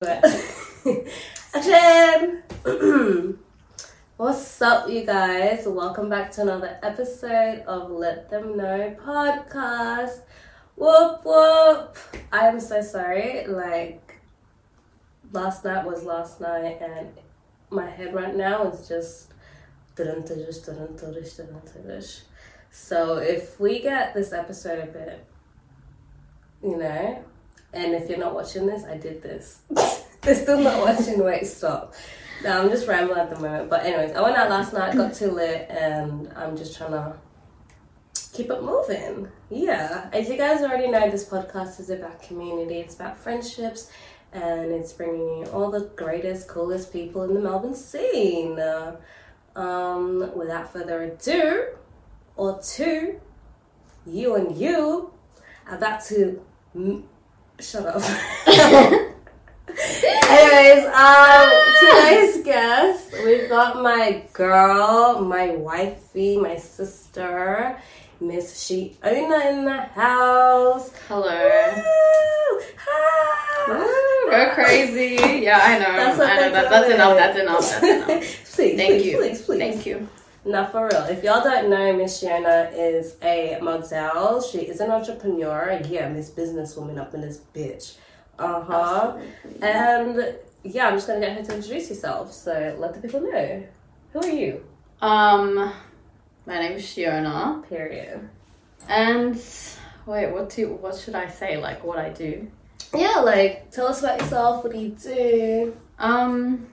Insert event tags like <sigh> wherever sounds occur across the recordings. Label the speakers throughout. Speaker 1: But Hashem, what's up, you guys? Welcome back to another episode of Let Them Know podcast. Whoop whoop! I am so sorry. Like last night was last night, and my head right now is just dun dun dun dun dun So if we get this episode a bit, you know, and if you're not watching this, I did this. <laughs> They're still not watching. Wait, stop. No, I'm just rambling at the moment. But anyways, I went out last night, got too lit, and I'm just trying to keep it moving. Yeah. As you guys already know, this podcast is about community. It's about friendships, and it's bringing you all the greatest, coolest people in the Melbourne scene. Uh, um, without further ado, or two, you and you are about to. M- Shut up.
Speaker 2: <laughs>
Speaker 1: Anyways, um, today's guest, we've got my girl, my wifey, my sister, Miss Shiona in the house.
Speaker 2: Hello.
Speaker 1: Woo! Hi!
Speaker 2: Go crazy. Yeah, I know.
Speaker 1: That's what
Speaker 2: I know. That, that's enough. That's enough. That's enough.
Speaker 1: <laughs> please,
Speaker 2: Thank
Speaker 1: please,
Speaker 2: you.
Speaker 1: please, please.
Speaker 2: Thank you.
Speaker 1: Now, for real, if y'all don't know, Miss Shiona is a model. She is an entrepreneur. Yeah, Miss Businesswoman up in this bitch. Uh huh. And yeah, I'm just gonna get her to introduce herself. So let the people know. Who are you?
Speaker 2: Um, my name is Shiona,
Speaker 1: Period.
Speaker 2: and wait, what do what should I say? Like what I do?
Speaker 1: Yeah, like tell us about yourself. What do you do?
Speaker 2: Um,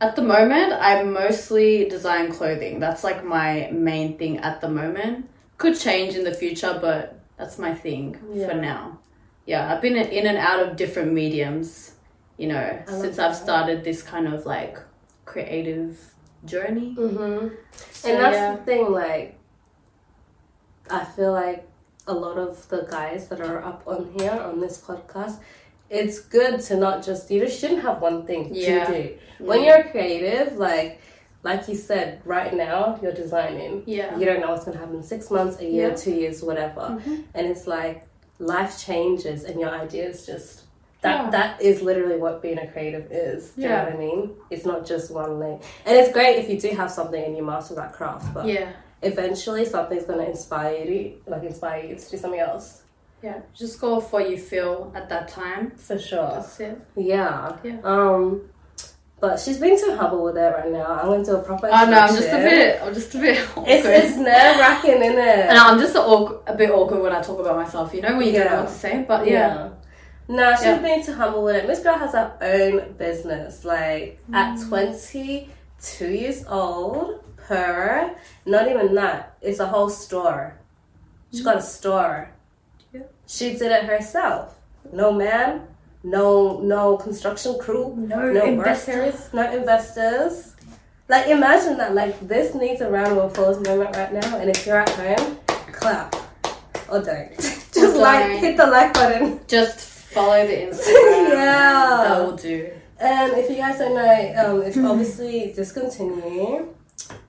Speaker 2: at the moment, I mostly design clothing. That's like my main thing at the moment. Could change in the future, but that's my thing
Speaker 1: Yeah.
Speaker 2: for now. Yeah, I've been in and out of different mediums, you know,
Speaker 1: love
Speaker 2: since I've
Speaker 1: that.
Speaker 2: started this kind of like creative journey.
Speaker 1: Mhm.
Speaker 2: So,
Speaker 1: and that's
Speaker 2: yeah.
Speaker 1: the thing. Like, I feel like a lot of the guys that are up on here on this podcast. It's good to not just you just shouldn't have one thing
Speaker 2: Yeah. Mm.
Speaker 1: to do. When you're creative, like like you said, right now you're designing.
Speaker 2: yeah
Speaker 1: You don't know what's gonna happen in six months, a year,
Speaker 2: Yeah.
Speaker 1: two years, whatever.
Speaker 2: Mhm.
Speaker 1: And it's like life changes and your ideas just that
Speaker 2: Yeah.
Speaker 1: that is literally what being a creative is. Do
Speaker 2: Yeah.
Speaker 1: you know what I mean? It's not just one lane. And it's great if you do have something and you master that craft, but
Speaker 2: yeah
Speaker 1: eventually something's gonna inspire you like inspire you to do something else.
Speaker 2: yeah just go for what you feel at that time
Speaker 1: For sure.
Speaker 2: that's it
Speaker 1: Yeah.
Speaker 2: Yeah.
Speaker 1: Um but she's being too humble with it right now. I went to a proper
Speaker 2: oh no i'm just a
Speaker 1: instruction.
Speaker 2: bit i'm just a bit awkward.
Speaker 1: It's, it's nerve wracking, isn't
Speaker 2: <laughs>
Speaker 1: it?
Speaker 2: and i'm just a, awk- a bit awkward when i talk about myself you know when you don't
Speaker 1: Yeah.
Speaker 2: know what to say but yeah,
Speaker 1: Nah, she's
Speaker 2: Yeah.
Speaker 1: being too humble with it. Miss Girl has her own business. Like at
Speaker 2: Mm.
Speaker 1: 22 years old, per not even that. It's a whole store. She got a store.
Speaker 2: Mm. Yeah.
Speaker 1: She did it herself. No man, no no construction crew,
Speaker 2: No
Speaker 1: workers, no investors. Like imagine that. Like this needs a round of applause moment right now. And if you're at home, clap or don't. <laughs> Just
Speaker 2: Or
Speaker 1: like
Speaker 2: don't.
Speaker 1: hit the like button.
Speaker 2: just follow
Speaker 1: <laughs>
Speaker 2: the instagram
Speaker 1: Yeah.
Speaker 2: that will do
Speaker 1: And if you guys don't know, um, it's
Speaker 2: Hmm.
Speaker 1: obviously discontinued,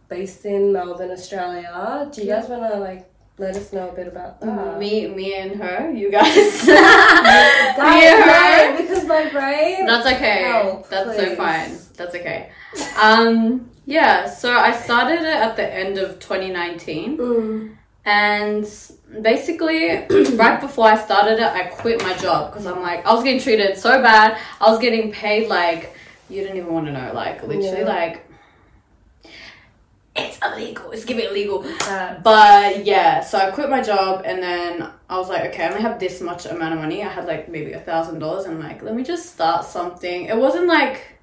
Speaker 1: based in Melbourne, Australia. Do you guys want to like let us know a bit about that?
Speaker 2: Mm, me me and her you guys <laughs>
Speaker 1: Guys,
Speaker 2: Yeah,
Speaker 1: no,
Speaker 2: right.
Speaker 1: because my brain.
Speaker 2: That's okay.
Speaker 1: Help,
Speaker 2: That's
Speaker 1: please.
Speaker 2: so fine. That's okay. Um, yeah, so I started it at the end of 2019
Speaker 1: Mm.
Speaker 2: and basically <clears throat> right before I started it, I quit my job because I'm like I was getting treated so bad. I was getting paid like you didn't even want to know like literally
Speaker 1: Yeah.
Speaker 2: like it's illegal. It's giving illegal.
Speaker 1: That.
Speaker 2: But yeah, so I quit my job and then I was like, okay, I only have this much amount of money. I had like maybe a thousand dollars and like, let me just start something. It wasn't like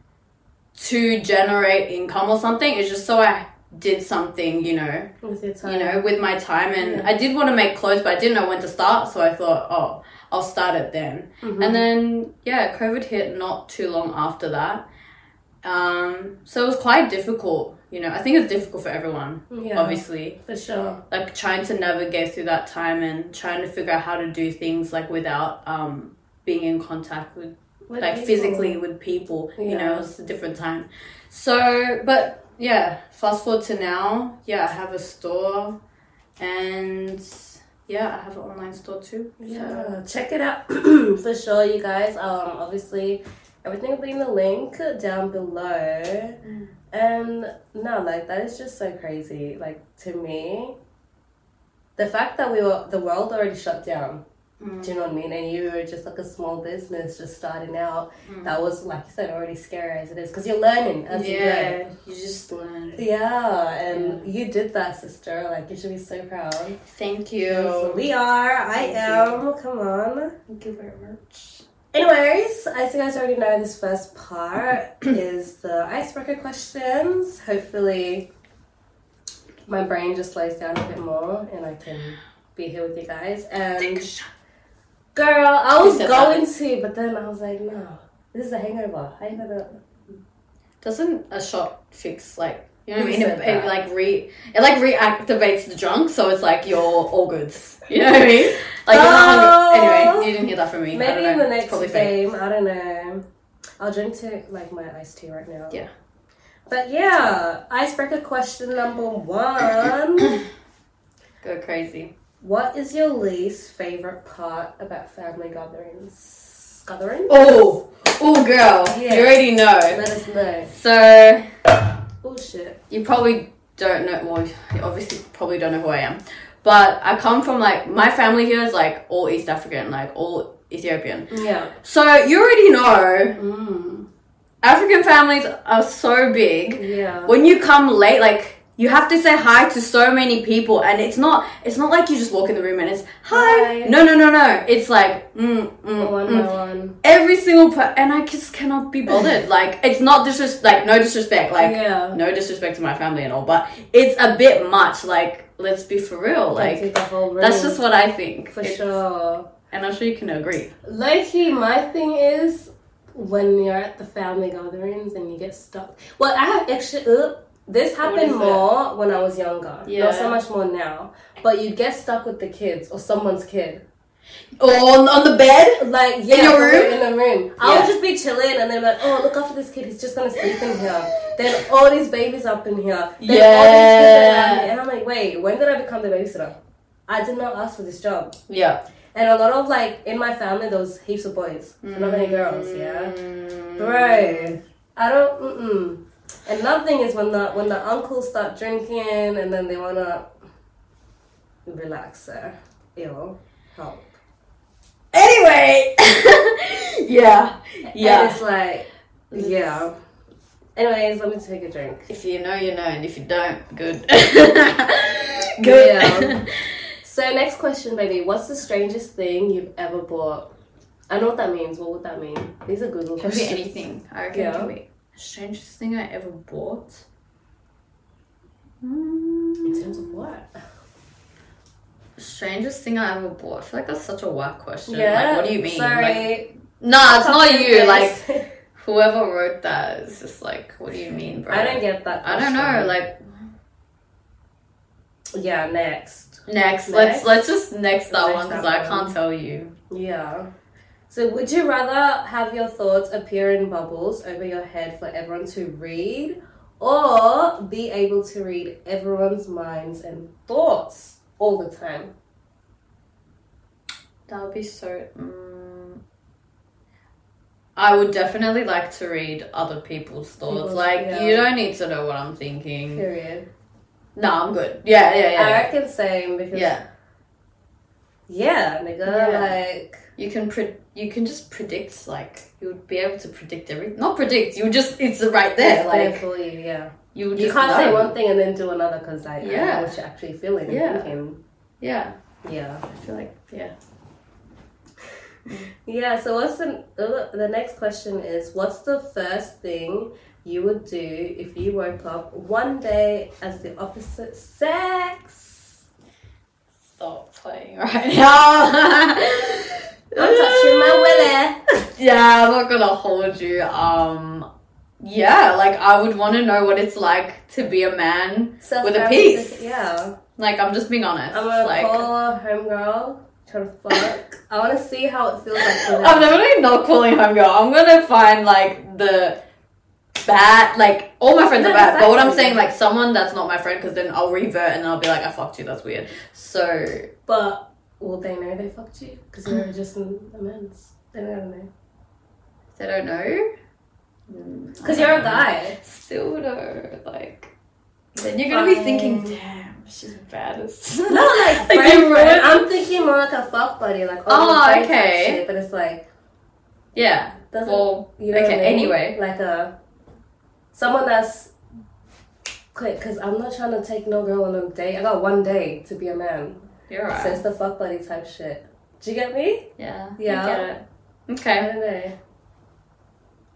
Speaker 2: to generate income or something, it's just so I did something, you know,
Speaker 1: With your time.
Speaker 2: you know, with my time and
Speaker 1: Yeah.
Speaker 2: I did want to make clothes but I didn't know when to start, so I thought, oh, I'll start it then.
Speaker 1: Mhm.
Speaker 2: And then yeah, COVID hit not too long after that. Um, so it was quite difficult, you know. I think it's difficult for everyone,
Speaker 1: yeah,
Speaker 2: obviously
Speaker 1: for sure.
Speaker 2: like trying to navigate through that time and trying to figure out how to do things like without um being in contact with
Speaker 1: What
Speaker 2: like
Speaker 1: do you
Speaker 2: physically with people you know
Speaker 1: Yeah.
Speaker 2: it's a different time so but yeah fast forward to now yeah i have a store and yeah i have an online store too
Speaker 1: <clears throat> Yeah, check it out for sure, you guys. Um, obviously, Everything will be in the link down below. And no, like that is just so crazy. Like to me, the fact that we were the world already shut down. Do you know what I mean? And you were just like a small business just starting out.
Speaker 2: Mm.
Speaker 1: That was like you said already scary as it is because you're learning as you go.
Speaker 2: yeah, you just learned.
Speaker 1: Yeah, and you did that, sister. Like you should be so proud.
Speaker 2: Thank you.
Speaker 1: So we are. I
Speaker 2: Thank
Speaker 1: am. Come on.
Speaker 2: Thank you very much.
Speaker 1: Anyways, as you guys already know, this first
Speaker 2: <clears throat>
Speaker 1: part is the icebreaker questions. Hopefully, my brain just lays down a bit more, and I can be here with you guys. And girl, I
Speaker 2: You
Speaker 1: was
Speaker 2: said
Speaker 1: going to, but then I was like, no, this is a hangover. I gotta.
Speaker 2: Doesn't a shot fix like you know what I
Speaker 1: Who
Speaker 2: mean?
Speaker 1: said
Speaker 2: It, it
Speaker 1: that?
Speaker 2: like re it like reactivates the drunk, so it's like you're all goods. You know what I mean? Like you're
Speaker 1: Oh.
Speaker 2: not hungry. Anyway, you didn't hear that from me. I don't
Speaker 1: Maybe
Speaker 2: know.
Speaker 1: in the
Speaker 2: It's
Speaker 1: next
Speaker 2: probably fake.
Speaker 1: game, I don't know. I'll drink to like my iced tea right now.
Speaker 2: Yeah.
Speaker 1: But yeah, icebreaker question number
Speaker 2: <clears throat>
Speaker 1: one.
Speaker 2: Go crazy.
Speaker 1: What is your least favorite part about family gatherings? Gatherings?
Speaker 2: Oh, oh, girl,
Speaker 1: Yeah.
Speaker 2: you already know.
Speaker 1: Let us know.
Speaker 2: So
Speaker 1: Bullshit.
Speaker 2: you probably don't know. Well, you obviously probably don't know who I am, but I come from like my family here is like all East African, like all Ethiopian.
Speaker 1: Yeah.
Speaker 2: So you already know
Speaker 1: Mm.
Speaker 2: African families are so big.
Speaker 1: Yeah.
Speaker 2: when you come late like you have to say hi to so many people and it's not it's not like you just walk in the room and it's hi,
Speaker 1: Hi.
Speaker 2: no no no no it's like mm, mm,
Speaker 1: One
Speaker 2: mm.
Speaker 1: by one.
Speaker 2: every single per- and i just cannot be bothered like it's not disres- like no disrespect like
Speaker 1: yeah.
Speaker 2: no disrespect to my family and all but it's a bit much like let's be for real
Speaker 1: Like,
Speaker 2: like
Speaker 1: the whole room.
Speaker 2: that's just what i think
Speaker 1: for
Speaker 2: It-
Speaker 1: sure.
Speaker 2: and i'm sure you can agree
Speaker 1: Loki, my thing is when you're at the family gatherings and you get stuck. Well, I have actually. Uh, this
Speaker 2: is
Speaker 1: happened
Speaker 2: it?
Speaker 1: more when I was younger.
Speaker 2: Yeah.
Speaker 1: Not so much more now. But you get stuck with the kids or someone's kid.
Speaker 2: oh, on, on the bed
Speaker 1: Like yeah,
Speaker 2: your
Speaker 1: we were
Speaker 2: room?
Speaker 1: in the room. I
Speaker 2: Yeah.
Speaker 1: would just be chilling, and they're like, "Oh, look after this kid. He's just gonna sleep in here." Then all these babies up in here. Then all these kids around me.
Speaker 2: Yeah.
Speaker 1: and I'm like, "Wait, when did I become the babysitter? I did not ask for this job."
Speaker 2: yeah
Speaker 1: And a lot of like in my family, there was heaps of boys, and not many girls. Yeah,
Speaker 2: Mm.
Speaker 1: right. I don't. Mm-mm. And another thing is when the when the uncles start drinking, and then they wanna relax. So, ew, help.
Speaker 2: anyway <laughs> yeah yeah
Speaker 1: And it's like, yeah. Anyways, let me take a drink.
Speaker 2: If you know, you know, and if you don't, good. <laughs>
Speaker 1: Yeah. So, next question, baby. What's the strangest thing you've ever bought? I know what that means. What would that mean? These are Google
Speaker 2: Can be
Speaker 1: questions.
Speaker 2: anything. I reckon it can be strangest thing I ever bought.
Speaker 1: In
Speaker 2: Mm,
Speaker 1: terms of what?
Speaker 2: strangest thing I ever bought. I feel like that's such a whack question.
Speaker 1: Yeah.
Speaker 2: Like, what do you mean?
Speaker 1: Sorry. Ah,
Speaker 2: Like, nah, it's not
Speaker 1: Something
Speaker 2: you. Like,
Speaker 1: else.
Speaker 2: <laughs> whoever wrote that is just like, what do you mean, bro?
Speaker 1: I don't get that.
Speaker 2: I don't know.
Speaker 1: question.
Speaker 2: Like,
Speaker 1: yeah, next.
Speaker 2: next,
Speaker 1: Next.
Speaker 2: let's let's just next that
Speaker 1: Next
Speaker 2: one because
Speaker 1: that
Speaker 2: I
Speaker 1: one.
Speaker 2: can't tell you.
Speaker 1: Yeah. So, would you rather have your thoughts appear in bubbles over your head for everyone to read, or be able to read everyone's minds and thoughts all the time?
Speaker 2: That would be so. Mm, I would definitely like to read other people's thoughts.
Speaker 1: People's-
Speaker 2: like,
Speaker 1: yeah.
Speaker 2: you don't need to know what I'm thinking.
Speaker 1: Period.
Speaker 2: No, I'm good. Yeah, yeah,
Speaker 1: I
Speaker 2: yeah.
Speaker 1: reckon same because yeah,
Speaker 2: Yeah,
Speaker 1: nigga,
Speaker 2: Yeah.
Speaker 1: like
Speaker 2: you can pre- you can just predict. Like, you would be able to predict everything. Not predict. You just it's right there.
Speaker 1: it's
Speaker 2: like,
Speaker 1: there for you, yeah.
Speaker 2: you would
Speaker 1: You
Speaker 2: just
Speaker 1: can't say
Speaker 2: know.
Speaker 1: one thing and then do another because like I don't
Speaker 2: Yeah.
Speaker 1: know what you're actually feeling
Speaker 2: Yeah.
Speaker 1: and thinking.
Speaker 2: Yeah,
Speaker 1: Yeah.
Speaker 2: I feel like yeah.
Speaker 1: Yeah, so what's the uh, the next question is what's the first thing you would do if you woke up one day as the opposite sex?
Speaker 2: Stop playing
Speaker 1: <laughs>
Speaker 2: right now.
Speaker 1: I'm touching my
Speaker 2: <laughs>
Speaker 1: willy.
Speaker 2: Yeah, I'm not gonna hold you. Um, yeah, like I would want to know what it's like to be a man. With a piece.
Speaker 1: Yeah.
Speaker 2: Like I'm just being honest.
Speaker 1: I'm gonna
Speaker 2: like
Speaker 1: call a homegirl, try to fuck. I wanna see how it feels like
Speaker 2: <laughs>
Speaker 1: for
Speaker 2: I'm definitely not calling homegirl. I'm gonna find like the bad, like all my friends
Speaker 1: No,
Speaker 2: are bad. But what I'm
Speaker 1: exactly.
Speaker 2: saying, like someone that's not my friend, because then I'll revert and I'll be like, I fucked you. That's weird. So Mm.
Speaker 1: But will they know they fucked you? Because you were just in amends. They don't know.
Speaker 2: they don't know. Hmm,
Speaker 1: Because
Speaker 2: Mm.
Speaker 1: you're a
Speaker 2: <laughs>
Speaker 1: guy.
Speaker 2: Still though, like then you're gonna be thinking,
Speaker 1: Fine.
Speaker 2: damn, she's bad as
Speaker 1: No, like
Speaker 2: <laughs> Like,
Speaker 1: friend,
Speaker 2: you
Speaker 1: friend.
Speaker 2: would-
Speaker 1: I'm thinking more like a fuck buddy, like
Speaker 2: Oh,
Speaker 1: friend type
Speaker 2: okay.
Speaker 1: shit, but it's like
Speaker 2: Yeah.
Speaker 1: doesn't
Speaker 2: Well
Speaker 1: you know? what
Speaker 2: okay,
Speaker 1: I mean?
Speaker 2: anyway.
Speaker 1: like a someone that's quick because I'm not trying to take no girl on a date. I got one day to be a man,
Speaker 2: you're right.
Speaker 1: so it's the fuck buddy type shit. Do you get me?
Speaker 2: yeah. I
Speaker 1: Yeah.
Speaker 2: get it.
Speaker 1: I
Speaker 2: Okay.
Speaker 1: don't know.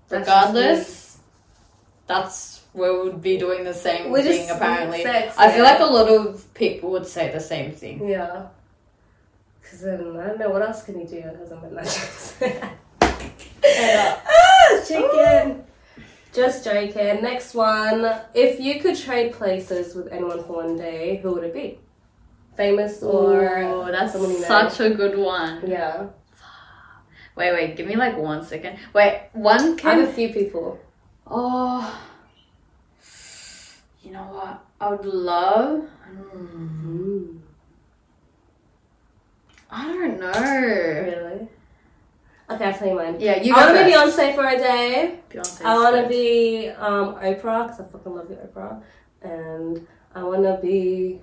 Speaker 1: That's just me.
Speaker 2: Regardless, that's where we would be doing the same
Speaker 1: We
Speaker 2: thing
Speaker 1: just-
Speaker 2: apparently.
Speaker 1: sex,
Speaker 2: I feel
Speaker 1: yeah.
Speaker 2: like a lot of people would say the same thing.
Speaker 1: Yeah. Cause then I don't know what else can you do as a man. <laughs> No, just-
Speaker 2: Yeah.
Speaker 1: ah, <laughs> chicken. Just joking. Next one. If you could trade places with anyone for one day, who would it be? Famous or
Speaker 2: Ooh, that's
Speaker 1: someone you know?
Speaker 2: such a good one.
Speaker 1: Yeah,
Speaker 2: Wait, wait, give me like one second. Wait, one
Speaker 1: I
Speaker 2: can
Speaker 1: have a few people.
Speaker 2: Oh, you know what? I would love. Hmm. I don't know.
Speaker 1: Really? Okay, I'll tell you mine.
Speaker 2: Yeah, you
Speaker 1: I want to be
Speaker 2: go
Speaker 1: Beyonce for a day.
Speaker 2: first. Beyonce.
Speaker 1: I want to be um, Oprah because I fucking love you, Oprah. And I want to be.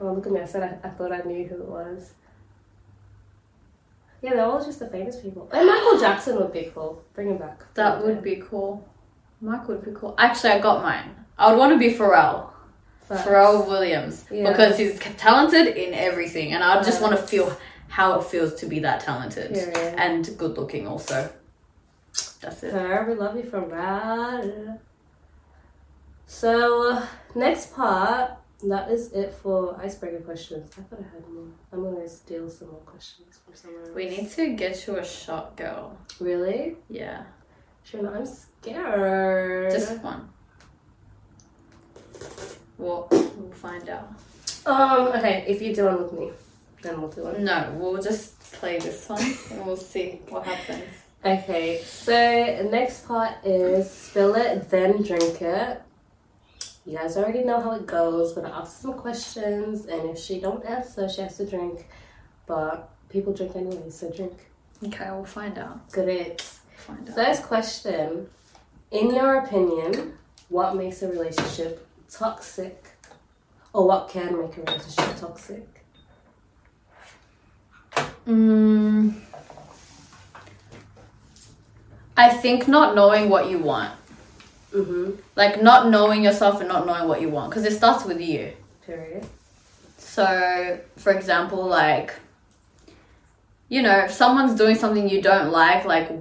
Speaker 1: Oh, look at me. I said I, I thought I knew who it was. Yeah, they're all just the famous people. And Michael Jackson would be cool. Bring him back.
Speaker 2: That would be cool. Mike would be cool. Actually, I got mine. I would want to be Pharrell. Pharrell Williams
Speaker 1: Yeah.
Speaker 2: because he's c- talented in everything, and I just
Speaker 1: Yeah.
Speaker 2: want to feel how it feels to be that talented
Speaker 1: Period.
Speaker 2: and good looking. Also, that's it.
Speaker 1: Sir, we love you from Brad. So, next part, that is it for icebreaker questions. I thought I had more. I'm gonna steal some more questions from somewhere else.
Speaker 2: We need to get you a shot, girl.
Speaker 1: Really?
Speaker 2: Yeah,
Speaker 1: Trina, I'm scared.
Speaker 2: just one. We'll, we'll find out.
Speaker 1: Um, okay, if you do one with me, then we'll do one.
Speaker 2: No, we'll just play this one and <laughs> we'll see what happens.
Speaker 1: Okay, so next part is spill it, then drink it. You guys already know how it goes. Gonna ask some questions, and if she don't answer, she has to drink. But people drink anyway, so drink.
Speaker 2: Okay, we'll find out.
Speaker 1: Great.
Speaker 2: Find out.
Speaker 1: First question: In your opinion, what makes a relationship toxic, or what can make a relationship toxic?
Speaker 2: Mm, I think not knowing what you want,
Speaker 1: Mm-hmm.
Speaker 2: like not knowing yourself and not knowing what you want, because it starts with you.
Speaker 1: Period.
Speaker 2: So, for example, like, you know, if someone's doing something you don't like, like,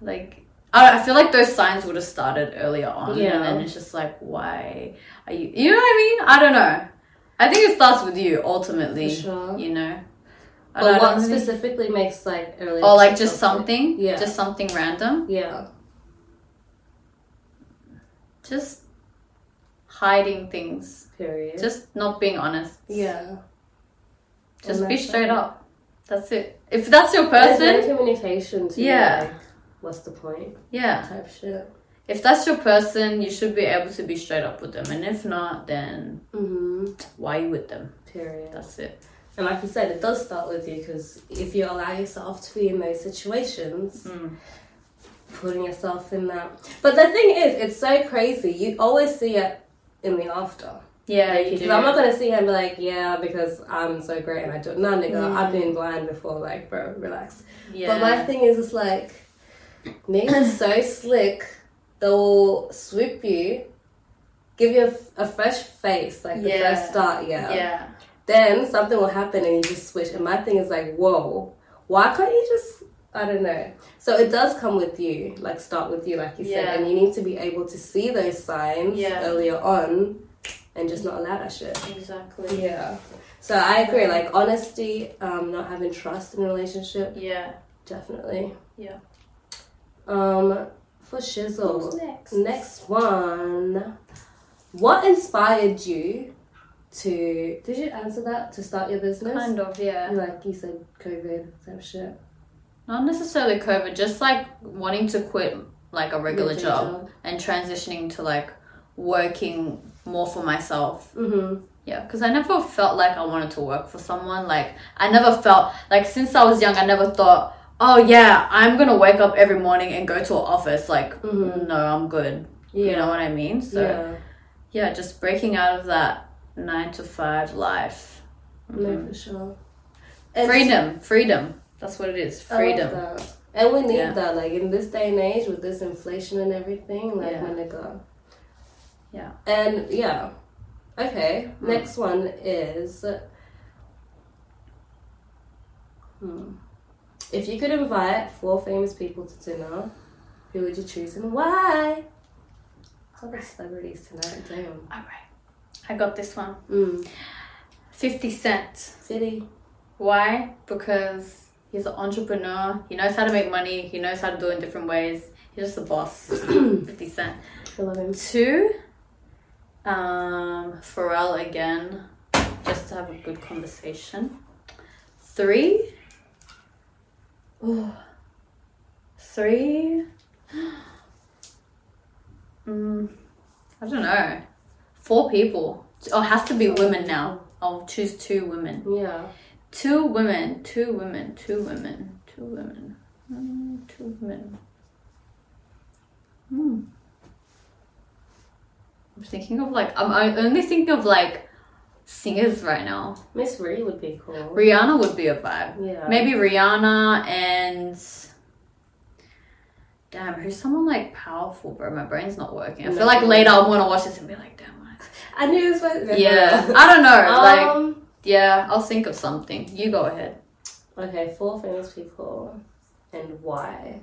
Speaker 2: like, I, I feel like those signs would have started earlier on,
Speaker 1: Yeah.
Speaker 2: and then it's just like, why are you? You know what I mean? I don't know. I think it starts with you
Speaker 1: For
Speaker 2: ultimately.
Speaker 1: sure.
Speaker 2: You know,
Speaker 1: But
Speaker 2: I don't- I
Speaker 1: what
Speaker 2: don't really-
Speaker 1: specifically makes like a relationship
Speaker 2: or like
Speaker 1: toxic?
Speaker 2: just something,
Speaker 1: Yeah.
Speaker 2: just something random,
Speaker 1: Yeah.
Speaker 2: just hiding things,
Speaker 1: Period.
Speaker 2: just not being honest.
Speaker 1: Yeah.
Speaker 2: just
Speaker 1: And
Speaker 2: be
Speaker 1: that's
Speaker 2: straight
Speaker 1: fine.
Speaker 2: up. That's it. If that's your
Speaker 1: There's
Speaker 2: person,
Speaker 1: no communication to
Speaker 2: Yeah.
Speaker 1: like, what's the point
Speaker 2: yeah.
Speaker 1: type shit.
Speaker 2: if that's your person, you should be able to be straight up with them. And if not, then
Speaker 1: Mm-hmm.
Speaker 2: why you with them?
Speaker 1: Period.
Speaker 2: That's it.
Speaker 1: And like you said, it does start with you because if you allow yourself to be in those situations,
Speaker 2: Mm.
Speaker 1: putting yourself in that. But the thing is, it's so crazy. You always see it in the after.
Speaker 2: Yeah, you
Speaker 1: Because
Speaker 2: do.
Speaker 1: I'm not gonna see him be like, yeah, because I'm so great and I do. No, nigga, I've been blind before. Like, bro, relax.
Speaker 2: Mm. yeah.
Speaker 1: But my thing is, it's like
Speaker 2: <coughs>
Speaker 1: niggas are so slick they'll swoop you, give you a, f- a fresh face, like the
Speaker 2: Yeah.
Speaker 1: first start, yeah.
Speaker 2: yeah.
Speaker 1: Then something will happen and you just switch. And my thing is like, whoa, why can't you just? I don't know. So it does come with you, like start with you, like you
Speaker 2: Yeah.
Speaker 1: said, and you need to be able to see those signs
Speaker 2: Yeah.
Speaker 1: earlier on, and just not allow that shit.
Speaker 2: Exactly.
Speaker 1: Yeah. So I agree. Like honesty, um, not having trust in a relationship.
Speaker 2: Yeah.
Speaker 1: Definitely.
Speaker 2: Yeah.
Speaker 1: Um, for Shizzle.
Speaker 2: next?
Speaker 1: Next one. What inspired you to? Did you answer that to start your business?
Speaker 2: Kind of, yeah.
Speaker 1: Like you said, COVID type shit.
Speaker 2: Not necessarily COVID, just like wanting to quit like a regular
Speaker 1: Your day
Speaker 2: job and transitioning to like working more for myself
Speaker 1: Mhm.
Speaker 2: Yeah, because I never felt like I wanted to work for someone. Like, I never felt, like, since I was young, I never thought, oh yeah, I'm gonna wake up every morning and go to an office. Like, no, I'm good. You know what I mean? So
Speaker 1: Mm-hmm. yeah.
Speaker 2: yeah, just breaking out of that nine to five life. Mm-hmm.
Speaker 1: No, for sure. And
Speaker 2: Freedom, freedom. That's what it is.
Speaker 1: I love
Speaker 2: Freedom.
Speaker 1: that. And we need
Speaker 2: Yeah.
Speaker 1: that, like in this day and age with this inflation and everything, like
Speaker 2: Yeah.
Speaker 1: my nigga.
Speaker 2: Yeah.
Speaker 1: And yeah. Okay.
Speaker 2: Mm.
Speaker 1: Next one is hmm. if you could invite four famous people to dinner, who would you choose and why? It's all the celebrities tonight, damn.
Speaker 2: All right, I got this one.
Speaker 1: Mm.
Speaker 2: Fifty Cent.
Speaker 1: Fitty.
Speaker 2: Why? Because he's an entrepreneur. He knows how to make money. He knows how to do it in different ways. He's just a boss.
Speaker 1: <clears throat>
Speaker 2: Fifty Cent.
Speaker 1: I love him.
Speaker 2: Two. Um, Pharrell again, just to have a good conversation. Three. Ooh. Three. <gasps> Mm, I don't know. Four people. Oh, it has to be women now. I'll choose two women.
Speaker 1: Yeah.
Speaker 2: Two women. Two women. Two women. Two women. Mm, two women. Hmm. I'm thinking of like I'm I only thinking of like singers right now.
Speaker 1: Miss Ree would be cool.
Speaker 2: Rihanna would be a vibe.
Speaker 1: yeah.
Speaker 2: Maybe Rihanna and damn, who's someone like powerful, bro? My brain's not working. I
Speaker 1: No.
Speaker 2: feel like later I'm gonna watch this and be like, damn. what-
Speaker 1: <laughs> I knew this was
Speaker 2: Yeah, I don't know. <laughs> like,
Speaker 1: um,
Speaker 2: yeah, I'll think of something. You go ahead.
Speaker 1: Okay, four famous people and why?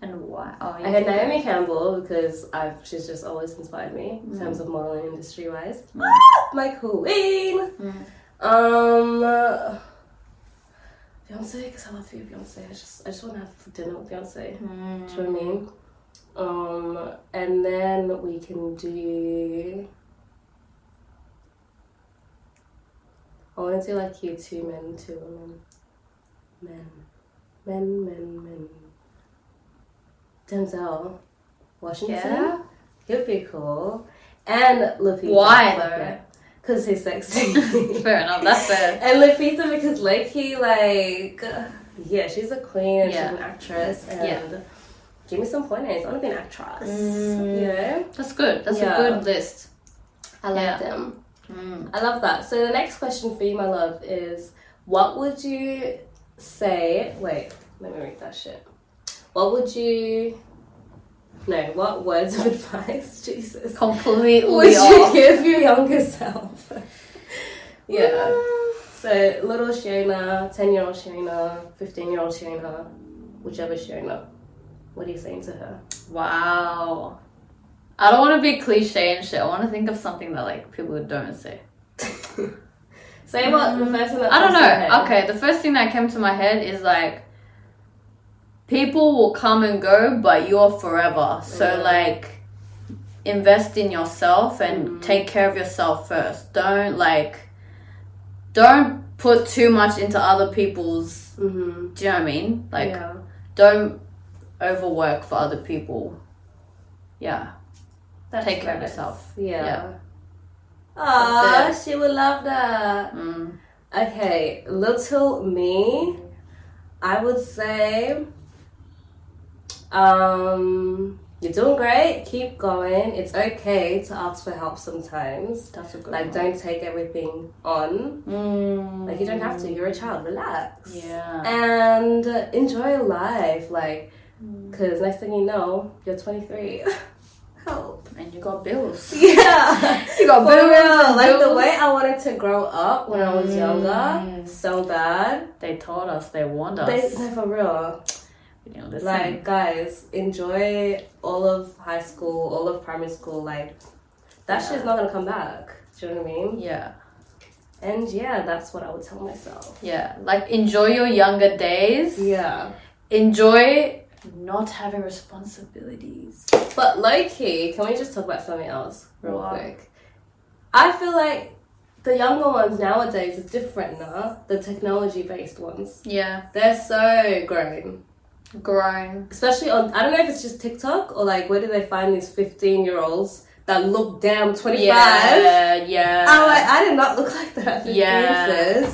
Speaker 2: And why? Oh,
Speaker 1: I had Naomi Campbell because I've she's just always inspired me in terms of modeling industry wise. Ah, <gasps> my queen. Um, uh, Beyonce because I love you, Beyonce. I just I just want to have dinner with Beyonce.
Speaker 2: Mm.
Speaker 1: Do you know what I mean? Um, and then we can do. I want to do like you two men, two women, men, men, men, men. Denzel Washington.
Speaker 2: Yeah.
Speaker 1: He'd be cool. And Lupita.
Speaker 2: Why,
Speaker 1: Because he's sexy.
Speaker 2: <laughs> Fair enough. That's fair.
Speaker 1: And Lupita because Loki, like, yeah, she's a queen and
Speaker 2: Yeah.
Speaker 1: she's an actress. And
Speaker 2: Yeah.
Speaker 1: give me some pointers. I want to be an actress.
Speaker 2: Mm.
Speaker 1: You know?
Speaker 2: That's good. That's
Speaker 1: Yeah.
Speaker 2: a good list.
Speaker 1: I love
Speaker 2: Yeah.
Speaker 1: them.
Speaker 2: Mm.
Speaker 1: I love that. So the next question for you, my love, is what would you say? Wait, let me read that shit. What would you. No, what words of <laughs> advice, Jesus,
Speaker 2: Completely
Speaker 1: would you
Speaker 2: off.
Speaker 1: give your younger self? <laughs> yeah. <laughs>
Speaker 2: Mm.
Speaker 1: So little Shona, ten year old Shona, fifteen year old Shona, whichever Shona, what are you saying to her? <laughs>
Speaker 2: Wow. I don't want to be cliche and shit. I want to think of something that like people don't say.
Speaker 1: Say what the first thing that
Speaker 2: Mm. I
Speaker 1: comes
Speaker 2: don't
Speaker 1: to your head.
Speaker 2: know. Okay, the first thing that came to my head is like people will come and go, but you're forever. So
Speaker 1: Yeah.
Speaker 2: like invest in yourself and
Speaker 1: Mm.
Speaker 2: take care of yourself first. Don't like don't put too much into other people's
Speaker 1: Mhm.
Speaker 2: do you know what I mean? Like
Speaker 1: yeah.
Speaker 2: don't overwork for other people. Yeah.
Speaker 1: That's
Speaker 2: take care of
Speaker 1: nice.
Speaker 2: yourself.
Speaker 1: Yeah.
Speaker 2: Yeah.
Speaker 1: Ah,
Speaker 2: That's
Speaker 1: she would love that.
Speaker 2: Mm.
Speaker 1: Okay, little me, I would say, um, you're doing great. Keep going. It's okay to ask for help sometimes.
Speaker 2: That's a good
Speaker 1: Like,
Speaker 2: one.
Speaker 1: don't take everything on.
Speaker 2: Mm.
Speaker 1: Like you don't have to. You're a child. Relax.
Speaker 2: Yeah.
Speaker 1: And enjoy life, like, cause next thing you know, you're 23. <laughs>
Speaker 2: <laughs>
Speaker 1: Help.
Speaker 2: And you got bills.
Speaker 1: Yeah.
Speaker 2: <laughs> You got
Speaker 1: For real, like the
Speaker 2: bills.
Speaker 1: way I wanted to grow up when I was younger,
Speaker 2: Mm.
Speaker 1: so bad.
Speaker 2: They told us, they warned us.
Speaker 1: They, no, for real.
Speaker 2: we didn't listen.
Speaker 1: Like, guys, enjoy all of high school, all of primary school. Like, that
Speaker 2: Yeah.
Speaker 1: shit's not gonna come back. Do you know what I mean?
Speaker 2: yeah,
Speaker 1: And yeah, that's what I would tell myself.
Speaker 2: yeah. Like enjoy your younger days.
Speaker 1: Yeah.
Speaker 2: Enjoy not having responsibilities.
Speaker 1: But low key, can we just talk about something else real
Speaker 2: Wow.
Speaker 1: quick? I feel like the younger ones nowadays is different now. The technology based ones.
Speaker 2: Yeah.
Speaker 1: They're so grown.
Speaker 2: Grown.
Speaker 1: Especially on I don't know if it's just TikTok or like where do they find these fifteen year olds that look damn twenty five.
Speaker 2: Yeah. Yeah.
Speaker 1: I'm like, I did not look like that.
Speaker 2: Yeah.
Speaker 1: Yeah.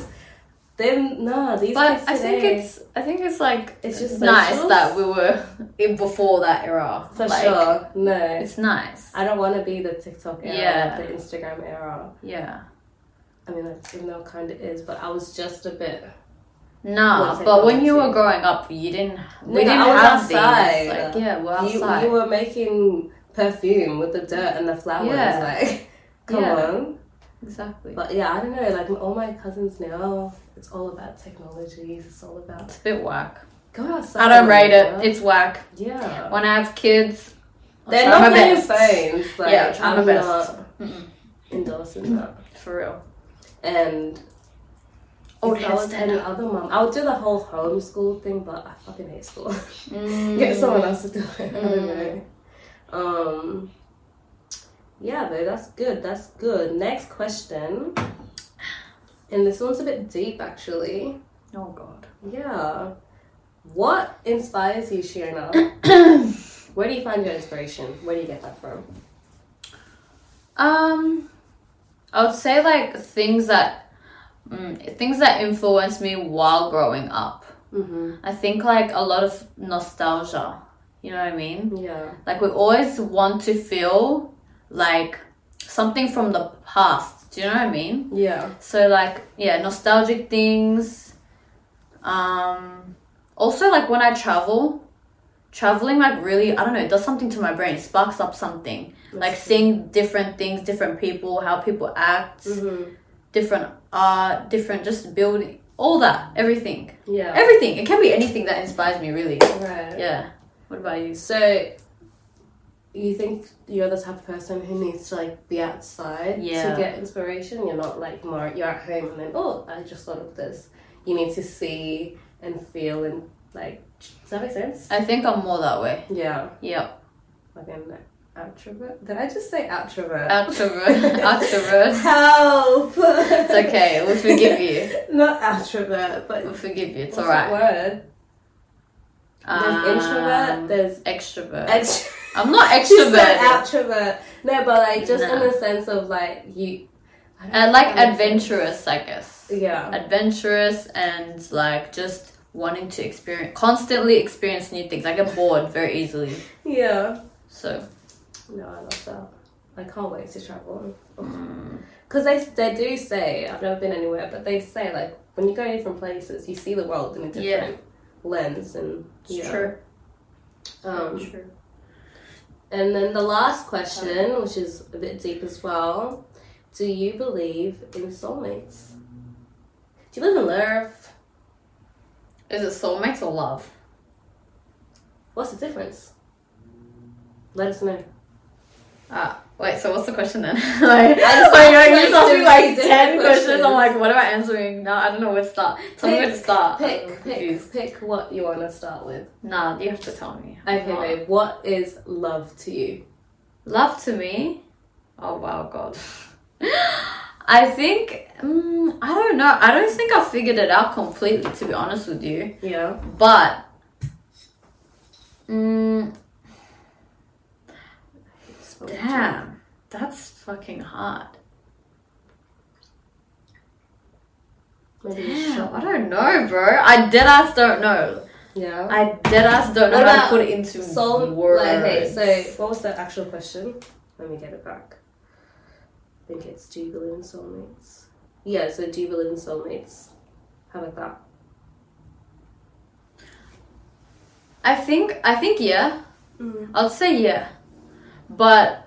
Speaker 1: Them nah, these
Speaker 2: But
Speaker 1: kids
Speaker 2: I
Speaker 1: today.
Speaker 2: think it's I think it's like
Speaker 1: It's just
Speaker 2: nice
Speaker 1: socials.
Speaker 2: that we were in before that era.
Speaker 1: for
Speaker 2: Like,
Speaker 1: sure. No,
Speaker 2: It's nice.
Speaker 1: I don't want to be the TikTok era,
Speaker 2: Yeah.
Speaker 1: the Instagram era.
Speaker 2: Yeah.
Speaker 1: I mean, that's even though it kind of is, but I was just a bit.
Speaker 2: Nah,
Speaker 1: What's it
Speaker 2: but when
Speaker 1: called
Speaker 2: you were
Speaker 1: to?
Speaker 2: growing up, you didn't.
Speaker 1: Nigga,
Speaker 2: We didn't
Speaker 1: I was
Speaker 2: have
Speaker 1: outside.
Speaker 2: these. Like, yeah, we're
Speaker 1: You,
Speaker 2: outside.
Speaker 1: you were making perfume with the dirt and the flowers.
Speaker 2: Yeah.
Speaker 1: Like, <laughs> come
Speaker 2: Yeah.
Speaker 1: on.
Speaker 2: exactly.
Speaker 1: But yeah, I don't know. Like all my cousins now, it's all about technologies. It's all about
Speaker 2: It's a bit whack.
Speaker 1: go outside.
Speaker 2: I don't rate
Speaker 1: girl.
Speaker 2: it. It's whack.
Speaker 1: yeah.
Speaker 2: When I have kids, I'll
Speaker 1: They're
Speaker 2: try
Speaker 1: not
Speaker 2: my
Speaker 1: playing
Speaker 2: best.
Speaker 1: phones. Like,
Speaker 2: Yeah, try my
Speaker 1: I'm
Speaker 2: best.
Speaker 1: not
Speaker 2: Mm-mm.
Speaker 1: endorsing that.
Speaker 2: For real.
Speaker 1: And
Speaker 2: Oh,
Speaker 1: if I was
Speaker 2: yes,
Speaker 1: any
Speaker 2: Dana.
Speaker 1: other mom, I would do the whole homeschool thing, but I fucking hate school. <laughs>
Speaker 2: Mm.
Speaker 1: Get someone else to do it. I <laughs> don't
Speaker 2: Mm.
Speaker 1: know. Um, yeah, though that's good. That's good. Next question, and this one's a bit deep, actually.
Speaker 2: Oh God.
Speaker 1: Yeah, what inspires you, Shiona? Where do you find your inspiration? Where do you get that from?
Speaker 2: Um, I would say like things that mm, things that influenced me while growing up.
Speaker 1: Mm-hmm.
Speaker 2: I think like a lot of nostalgia. You know what I mean?
Speaker 1: Yeah.
Speaker 2: Like we always want to feel like something from the past. Do you know what I mean?
Speaker 1: Yeah.
Speaker 2: So like yeah, nostalgic things. Um also like when I travel, traveling like really I don't know, it does something to my brain, sparks up something. Like seeing different things, different people, how people act,
Speaker 1: Mm-hmm.
Speaker 2: different art, different just building all that, everything. <coughs>
Speaker 1: Yeah.
Speaker 2: Everything. It can be anything that inspires me really.
Speaker 1: Right.
Speaker 2: Yeah. What about you?
Speaker 1: So, you think you're the type of person who needs to like be outside
Speaker 2: Yeah.
Speaker 1: to get inspiration? You're not like more. You're at home and then oh, I just thought of this. You need to see and feel and like. Does that make sense?
Speaker 2: I think I'm more that way.
Speaker 1: Yeah,
Speaker 2: Yep.
Speaker 1: like an outrovert. Did I just say outrovert?
Speaker 2: Um, Extrovert. <laughs> Extrovert.
Speaker 1: Help!
Speaker 2: It's okay. We'll forgive you.
Speaker 1: <laughs> Not outrovert, but
Speaker 2: We'll forgive you. It's
Speaker 1: what's that
Speaker 2: alright.
Speaker 1: word. There's
Speaker 2: Um,
Speaker 1: introvert. There's
Speaker 2: extrovert.
Speaker 1: extrovert.
Speaker 2: <laughs> I'm not
Speaker 1: She said
Speaker 2: extrovert.
Speaker 1: extrovert. No, but like just
Speaker 2: No.
Speaker 1: in the sense of like you. I don't
Speaker 2: I Uh, like
Speaker 1: know.
Speaker 2: adventurous, I guess.
Speaker 1: Yeah.
Speaker 2: Adventurous and like just wanting to experience, constantly experience new things. I get bored very easily.
Speaker 1: Yeah.
Speaker 2: So,
Speaker 1: No, I love that. I can't wait to travel.
Speaker 2: Mm.
Speaker 1: Because they, they do say, I've never been anywhere, but they say like when you go to different places, you see the world in a different
Speaker 2: Yeah.
Speaker 1: lens. And yeah. Um,
Speaker 2: true.
Speaker 1: and then the last
Speaker 2: Um.
Speaker 1: question, which is a bit deep as well Do you believe in soulmates? Do you believe in love?
Speaker 2: Is it soulmates or love?
Speaker 1: What's the difference? Let us know.
Speaker 2: Ah, wait, so what's the question then? <laughs> like,
Speaker 1: just
Speaker 2: like,
Speaker 1: asked,
Speaker 2: you
Speaker 1: like,
Speaker 2: just asked me
Speaker 1: three
Speaker 2: like
Speaker 1: different
Speaker 2: 10 questions.
Speaker 1: questions.
Speaker 2: I'm like, what am I answering now? I don't know where to start. Tell me where to
Speaker 1: Pick,
Speaker 2: start. I'm
Speaker 1: Pick,
Speaker 2: confused.
Speaker 1: pick, pick what you want to start with.
Speaker 2: Nah, you have to tell me.
Speaker 1: Okay,
Speaker 2: Nah.
Speaker 1: babe, what is love to you?
Speaker 2: Love to me. Oh wow, God. <laughs> I think mm, I don't know. I don't think I figured it out completely, to be honest with you.
Speaker 1: Yeah.
Speaker 2: But mm, damn, that's fucking hard.
Speaker 1: Maybe it's
Speaker 2: Damn,
Speaker 1: shop.
Speaker 2: I don't know, bro. I dead ass don't know.
Speaker 1: Yeah.
Speaker 2: I dead ass don't know
Speaker 1: What
Speaker 2: how
Speaker 1: about
Speaker 2: to put it into
Speaker 1: Soul.
Speaker 2: words.
Speaker 1: Like, okay, so what was the actual question? Let me get it back. I think it's do you believe in soulmates? Yeah, so do you believe in soulmates? How about that?
Speaker 2: I think I think yeah.
Speaker 1: Mm.
Speaker 2: I'd say yeah, but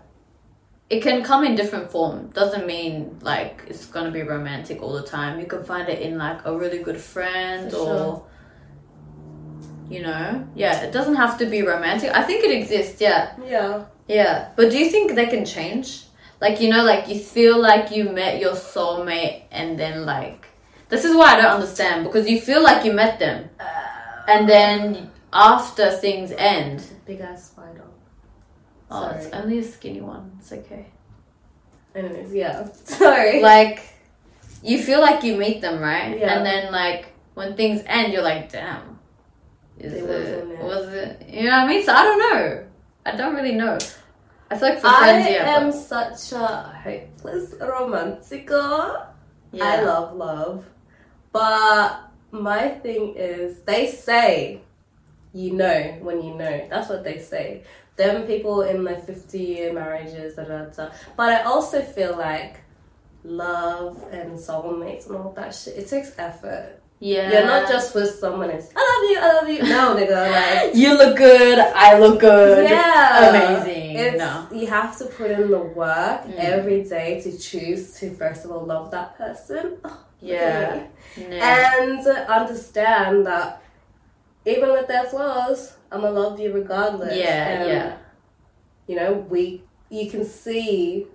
Speaker 2: it can come in different form. Doesn't mean like it's gonna be romantic all the time. You can find it in like a really good friend
Speaker 1: For
Speaker 2: or.
Speaker 1: sure.
Speaker 2: You know, yeah, it doesn't have to be romantic. I think it exists, yeah,
Speaker 1: Yeah.
Speaker 2: yeah. But do you think they can change? Like, you know, like you feel like you met your soulmate, and then like this is why I don't understand because you feel like you met them,
Speaker 1: Uh,
Speaker 2: and then after things end,
Speaker 1: Big ass spider.
Speaker 2: Oh, it's
Speaker 1: Sorry.
Speaker 2: only a skinny one. It's okay.
Speaker 1: Anyways, yeah. <laughs> Sorry.
Speaker 2: Like, you feel like you meet them, right?
Speaker 1: Yeah.
Speaker 2: And then, like, when things end, you're like, damn. Is
Speaker 1: It
Speaker 2: it,
Speaker 1: wasn't it.
Speaker 2: was it? You know what I mean? So I don't know. I don't really know. I feel like for
Speaker 1: I
Speaker 2: friends, yeah.
Speaker 1: am such a hopeless romantico.
Speaker 2: but- yeah.
Speaker 1: I love love. But my thing is, they say, you know, when you know. That's what they say. Them people in like 50 year marriages, da, da, da. But I also feel like love and soulmates and all that shit, it takes effort.
Speaker 2: Yeah.
Speaker 1: You're not just with someone, it's, I love you, I love you. No, nigga, like,
Speaker 2: <laughs> You look good, I look good.
Speaker 1: yeah.
Speaker 2: Amazing.
Speaker 1: It's,
Speaker 2: no.
Speaker 1: You have to put in the work
Speaker 2: Mm.
Speaker 1: every day to choose to, first of all, love that person. <laughs> Oh, look at me.
Speaker 2: Yeah. No.
Speaker 1: And understand that even with their flaws, I'm gonna love you regardless.
Speaker 2: yeah,
Speaker 1: And,
Speaker 2: yeah.
Speaker 1: You know, we you can see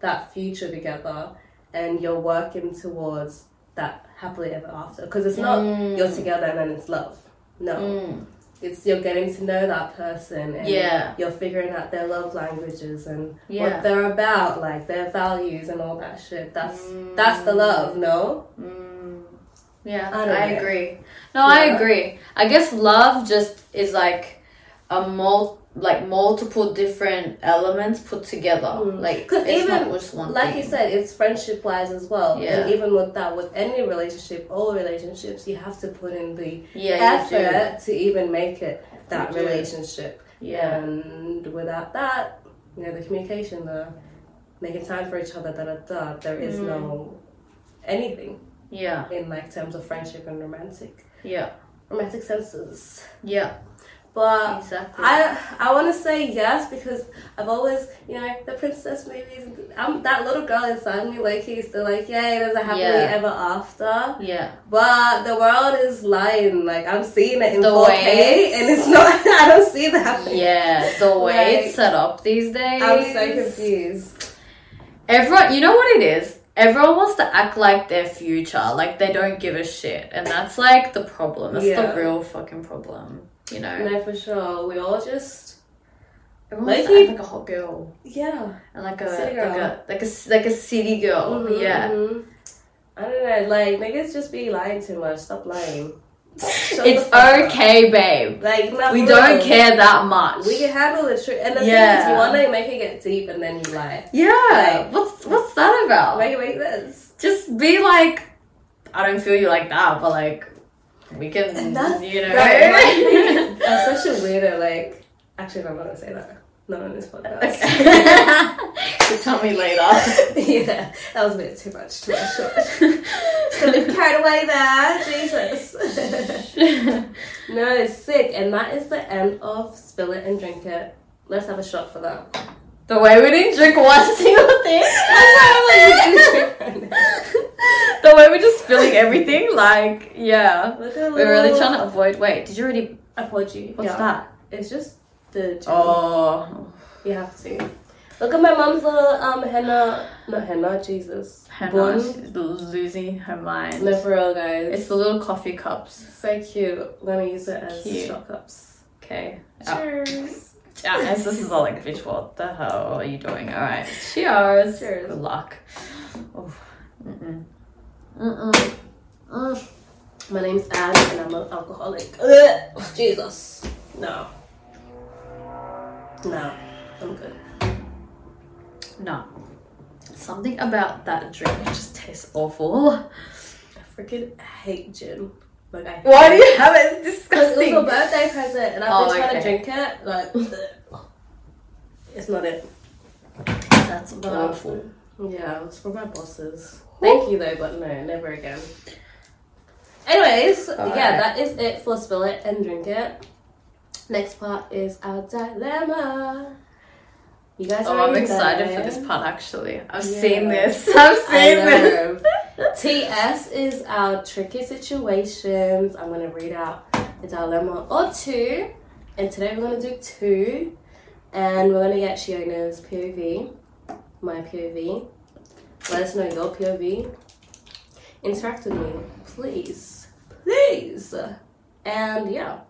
Speaker 1: that future together, and you're working towards that happily ever after. Because it's not
Speaker 2: Mm.
Speaker 1: you're together and then it's love. No,
Speaker 2: Mm.
Speaker 1: it's you're getting to know that person and
Speaker 2: Yeah.
Speaker 1: you're figuring out their love languages and what
Speaker 2: Yeah.
Speaker 1: they're about, like their values and all that shit. That's that's the love. No,
Speaker 2: Mm. Yeah,
Speaker 1: I
Speaker 2: I,
Speaker 1: don't know.
Speaker 2: agree. No, I
Speaker 1: Yeah.
Speaker 2: agree. I guess love just is like a mul- like multiple different elements put together.
Speaker 1: Mm.
Speaker 2: Like
Speaker 1: 'Cause
Speaker 2: it's
Speaker 1: even-
Speaker 2: not just one
Speaker 1: like
Speaker 2: thing.
Speaker 1: you said, it's friendship wise as well.
Speaker 2: Yeah.
Speaker 1: And even with that, with any relationship, all relationships, you have to put in the
Speaker 2: yeah, you do.
Speaker 1: effort to even make it that
Speaker 2: You do.
Speaker 1: relationship.
Speaker 2: Yeah,
Speaker 1: And without that, you know, the communication, the making time for each other, da da da. There is
Speaker 2: Mm.
Speaker 1: no anything
Speaker 2: yeah,
Speaker 1: in like terms of friendship and romantic
Speaker 2: yeah,
Speaker 1: romantic senses.
Speaker 2: yeah. Uh,
Speaker 1: But
Speaker 2: Exactly.
Speaker 1: I I want to say yes because I've always you know the princess movies. I'm that little girl inside me, like he's still like, yay, there's a happily
Speaker 2: Yeah.
Speaker 1: ever after.
Speaker 2: yeah,
Speaker 1: But the world is lying. Like I'm seeing it in
Speaker 2: The
Speaker 1: 4K,
Speaker 2: way-
Speaker 1: and it's not. <laughs> I don't see that. happening.
Speaker 2: yeah. The way
Speaker 1: Like-
Speaker 2: it's set up these days.
Speaker 1: I'm so confused.
Speaker 2: Everyone, you know what it is? Everyone wants to act like their future, like they don't give a shit. And that's like the problem. That's
Speaker 1: Yeah.
Speaker 2: the real fucking problem, you know?
Speaker 1: No, for sure. We all just
Speaker 2: Everyone
Speaker 1: Like
Speaker 2: wants
Speaker 1: you-
Speaker 2: to act like a hot girl.
Speaker 1: yeah.
Speaker 2: And like a,
Speaker 1: City
Speaker 2: like
Speaker 1: girl.
Speaker 2: a, like a, c- like a city girl.
Speaker 1: Mhm,
Speaker 2: Oh, Yeah.
Speaker 1: mhm. I don't know. Like niggas just be lying too much. Stop
Speaker 2: <laughs>
Speaker 1: lying. Shut the
Speaker 2: It's
Speaker 1: fuck up.
Speaker 2: okay, babe.
Speaker 1: Like not
Speaker 2: We
Speaker 1: for
Speaker 2: don't
Speaker 1: real.
Speaker 2: care that much.
Speaker 1: We can handle the truth. And the thing is,
Speaker 2: Yeah.
Speaker 1: you want to make it get deep and then you lie.
Speaker 2: yeah.
Speaker 1: Like-
Speaker 2: what's, what's that about?
Speaker 1: Make it make sense.
Speaker 2: Just be like, I don't feel you like that, but like, we can,
Speaker 1: And that's-
Speaker 2: you know. <laughs>
Speaker 1: Right? Like, I'm such a weirdo. Like, actually, no, I'm not going to say that. Not on this podcast.
Speaker 2: <laughs> You tell me later.
Speaker 1: <laughs> yeah, that was a bit too much. Too much. Too much. Got a bit carried away there. Jesus. <laughs> no, it's sick. And that is the end of Spill It and Drink It. Let's have a shot for that.
Speaker 2: the way we didn't drink one single thing. the way we're just spilling everything, like, yeah.
Speaker 1: Look at
Speaker 2: <laughs> We're really trying to avoid. Wait, did you already.
Speaker 1: apology.
Speaker 2: What's that?
Speaker 1: It's just the gin.
Speaker 2: Oh.
Speaker 1: You have to. Look at my mom's little um henna, not henna, Jesus,
Speaker 2: Hannah,
Speaker 1: bun.
Speaker 2: she's losing her mind.
Speaker 1: No, for real, guys.
Speaker 2: It's the little coffee cups.
Speaker 1: so cute. Let me use it as
Speaker 2: Cute.
Speaker 1: shot cups.
Speaker 2: Okay. Oh,
Speaker 1: Cheers.
Speaker 2: Yes, this is all like, bitch, what the hell are you doing? Alright. Cheers.
Speaker 1: Cheers.
Speaker 2: Good luck. Oh. Mm-mm. Mm-mm.
Speaker 1: Mm. My name's Anne, and I'm an alcoholic. Ugh, Jesus. No. No, I'm good.
Speaker 2: No. Something about that drink just tastes awful.
Speaker 1: I freaking hate gin. Like I.
Speaker 2: you have it? It's
Speaker 1: Because it was a birthday present, and I've
Speaker 2: Oh,
Speaker 1: been trying
Speaker 2: okay.
Speaker 1: to drink it. Like, ugh. it's not it.
Speaker 2: That's awful.
Speaker 1: Yeah, it's for my bosses. Thank you though, but no, never again. Anyways,
Speaker 2: All
Speaker 1: yeah,
Speaker 2: right.
Speaker 1: that is it for spill it and drink it. Next part is our dilemma. You guys
Speaker 2: Oh,
Speaker 1: are
Speaker 2: I'm excited for this part actually. I've
Speaker 1: Yeah.
Speaker 2: seen <laughs> this. I've
Speaker 1: I
Speaker 2: seen this.
Speaker 1: know. TS is our tricky situations. I'm gonna read out a dilemma or two, and today we're gonna do two, and we're gonna get Shiona's POV, my POV. Let us know your POV. Interact with me, please, please, and yeah.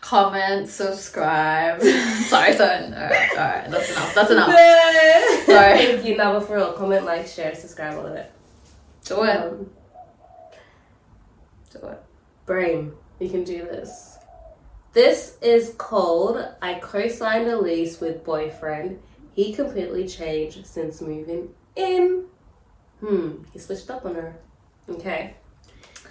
Speaker 2: Comment, subscribe. <laughs> Sorry, sorry. Alright, alright. That's enough. That's enough.
Speaker 1: Sorry.
Speaker 2: Sorry.
Speaker 1: Thank you, Nava, for real. Comment, like, share, subscribe, all of it.
Speaker 2: Do it.
Speaker 1: Um,
Speaker 2: Do it.
Speaker 1: Brain, you can do this. This is called I co signed a lease with boyfriend. He completely changed since moving in. Hmm, he switched up on her. Okay.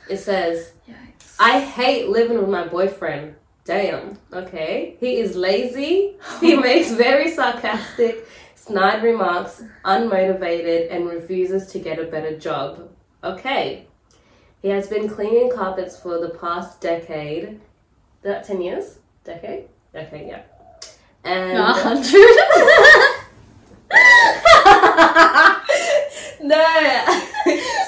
Speaker 1: It says,
Speaker 2: Yikes.
Speaker 1: I hate living with my boyfriend. Damn. Okay. He is
Speaker 2: <gasps>
Speaker 1: lazy. He makes very sarcastic, snide remarks, unmotivated, and refuses to get a better job. Okay. He has been cleaning carpets for the past decade. That 10 years? Decade? Okay, yeah. And
Speaker 2: <laughs> No, 100.
Speaker 1: <laughs> No.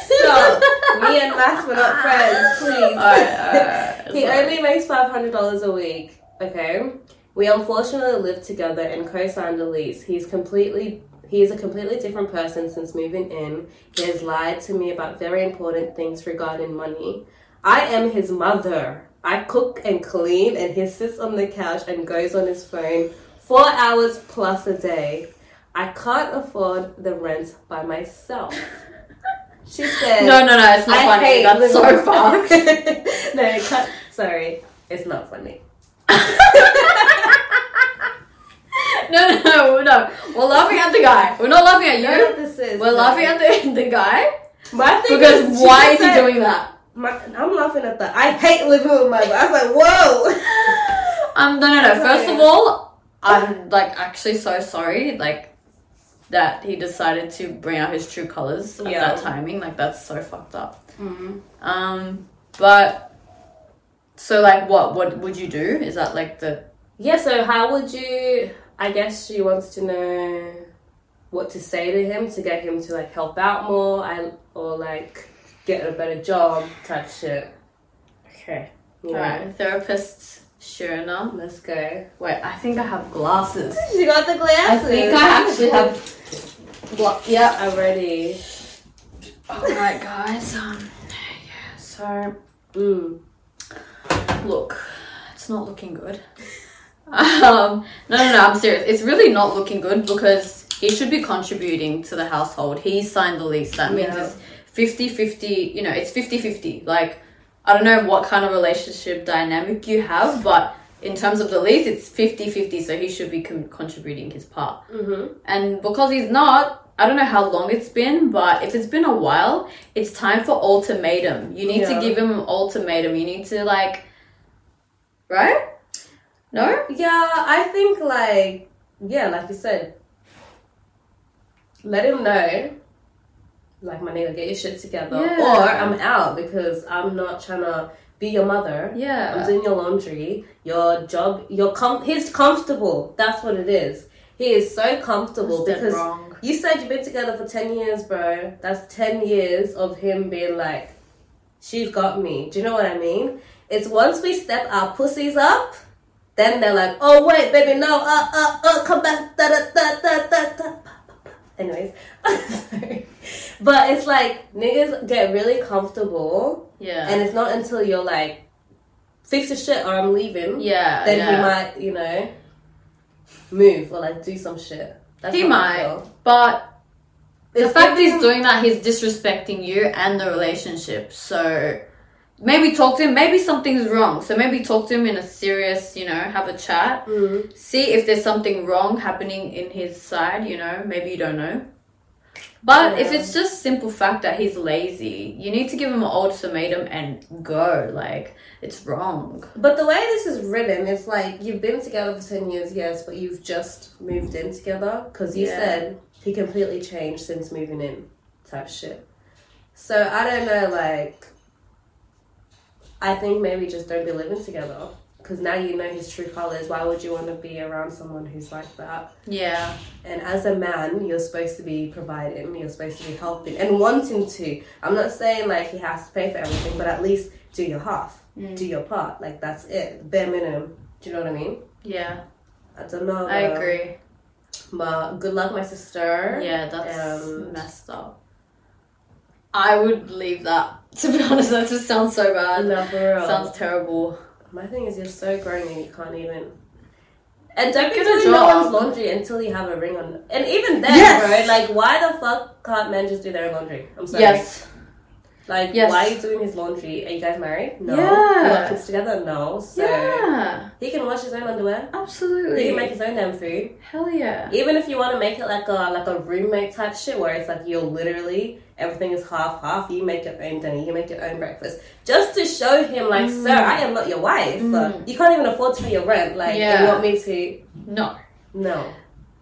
Speaker 1: Stop. Me and Matt were not friends, please.
Speaker 2: Alright, alright,
Speaker 1: he
Speaker 2: sorry.
Speaker 1: only makes five hundred dollars a week. Okay. We unfortunately live together and co-signed a lease. He's completely he is a completely different person since moving in. He has lied to me about very important things regarding money. I am his mother. I cook and clean and he sits on the couch and goes on his phone four hours plus a day. I can't afford the rent by myself. She said
Speaker 2: No, no, no, it's not funny. That's so fucked.
Speaker 1: <laughs> far. no, cut. Sorry, it's not funny. <laughs>
Speaker 2: <laughs> No, no, no. We're laughing at the guy. We're not laughing at
Speaker 1: You know
Speaker 2: you.
Speaker 1: what this is?
Speaker 2: We're laughing at the, the guy
Speaker 1: my thing
Speaker 2: because
Speaker 1: she
Speaker 2: why is
Speaker 1: just
Speaker 2: he
Speaker 1: said-
Speaker 2: doing that?
Speaker 1: My, I'm laughing at that. I hate living with my. I was like, whoa. <laughs>
Speaker 2: Um, no, no, no. First of
Speaker 1: Okay.
Speaker 2: all, I'm like actually so sorry, like that he decided to bring out his true colors at
Speaker 1: Yeah.
Speaker 2: that timing. Like that's so fucked up.
Speaker 1: Hmm.
Speaker 2: Um, but so like, what what would you do? Is that like the
Speaker 1: Yeah. So how would you? I guess she wants to know what to say to him to get him to like help out more. I or like get a better job type shit.
Speaker 2: okay?
Speaker 1: You know?
Speaker 2: Alright, therapist Sharona.
Speaker 1: Let's go.
Speaker 2: Wait, I think I have glasses.
Speaker 1: She got the
Speaker 2: I
Speaker 1: glasses.
Speaker 2: think I actually have. Gla- yeah.
Speaker 1: I'm ready.
Speaker 2: Alright, guys. Um, yeah, so
Speaker 1: Mm.
Speaker 2: look, it's not looking good. Um, no, no, no. I'm serious. It's really not looking good because he should be contributing to the household. He signed the lease. That means
Speaker 1: Yeah.
Speaker 2: it's 50-50, You know, it's 50-50. Like, I don't know what kind of relationship dynamic you have, but in terms of the lease, it's 50-50. So he should be con- contributing his part.
Speaker 1: Mhm.
Speaker 2: And because he's not, I don't know how long it's been, but if it's been a while, it's time for ultimatum. You need
Speaker 1: Yeah.
Speaker 2: to give him an ultimatum. You need to like, right? No.
Speaker 1: Yeah, I think like yeah, like you said, let him know. Like my nigga, get your shit together,
Speaker 2: Yeah.
Speaker 1: or I'm out because I'm not trying to be your mother. I'm
Speaker 2: Yeah.
Speaker 1: doing your laundry, your job, your com. He's comfortable. That's what it is. He is so comfortable because
Speaker 2: wrong.
Speaker 1: you said you've been together for ten years, bro. That's ten years of him being like, "She's got me." Do you know what I mean? It's once we step our pussies up, then they're like, "Oh wait, baby, no, uh, uh, uh, come back." Da, da, da, da, da, da. pa, pa, pa." Anyways, <laughs> sorry, but it's like niggas get really comfortable,
Speaker 2: Yeah.
Speaker 1: and it's not until you're like, "Fix your shit, or I'm leaving,"
Speaker 2: yeah.
Speaker 1: then
Speaker 2: yeah.
Speaker 1: he might, you know, move or like do some shit. That's
Speaker 2: He
Speaker 1: how I
Speaker 2: might.
Speaker 1: feel.
Speaker 2: But the
Speaker 1: It's
Speaker 2: fact he's
Speaker 1: giving-
Speaker 2: doing that, he's disrespecting you and the relationship. So maybe talk to him. Maybe something's wrong. So maybe talk to him in a serious, you know, have a chat.
Speaker 1: Mm.
Speaker 2: see if there's something wrong happening in his side, you know, maybe you don't know. But if
Speaker 1: Yeah.
Speaker 2: it's just simple fact that he's lazy, you need to give him an ultimatum and go. Like it's wrong.
Speaker 1: But the way this is written, it's like you've been together for 10 years, yes, but you've just moved in together because you
Speaker 2: Yeah.
Speaker 1: said he completely changed since moving in type shit. So I don't know, like, I think maybe just don't be living together because now you know his true colors. Why would you want to be around someone who's like that?
Speaker 2: Yeah.
Speaker 1: And as a man, you're supposed to be providing, you're supposed to be helping and wanting to. I'm not saying like he has to pay for everything, but at least do your half
Speaker 2: Mm.
Speaker 1: do your part. Like that's it, bare minimum. Do you know what I mean?
Speaker 2: Yeah.
Speaker 1: I don't know.
Speaker 2: I
Speaker 1: though.
Speaker 2: agree.
Speaker 1: But good luck, my sister.
Speaker 2: Yeah, that's
Speaker 1: Um,
Speaker 2: messed up. I would leave that. <laughs> To be honest, that just sounds so bad.
Speaker 1: No, for real.
Speaker 2: Sounds terrible.
Speaker 1: my thing is, you're so grown and you can't even. And don't be
Speaker 2: Get a
Speaker 1: doing no
Speaker 2: job.
Speaker 1: one's laundry until you have a ring on. And even then,
Speaker 2: Yes.
Speaker 1: bro, like, why the fuck can't men just do their own laundry? I'm sorry.
Speaker 2: Yes.
Speaker 1: Like,
Speaker 2: Yes.
Speaker 1: why are you doing his laundry? Are you guys married? No.
Speaker 2: Yeah.
Speaker 1: You got kids together? No. So
Speaker 2: Yeah.
Speaker 1: he can wash his own underwear. He can make
Speaker 2: Absolutely.
Speaker 1: his own damn food.
Speaker 2: Hell yeah.
Speaker 1: Even if you want to make it like a like a roommate type shit where it's like you're literally everything is half half. You make your own dinner, you make your own breakfast, just to show him like, sir, I am not your wife.
Speaker 2: Mm.
Speaker 1: You can't even afford to pay your rent. Like,
Speaker 2: Yeah.
Speaker 1: you want me to?
Speaker 2: No.
Speaker 1: No.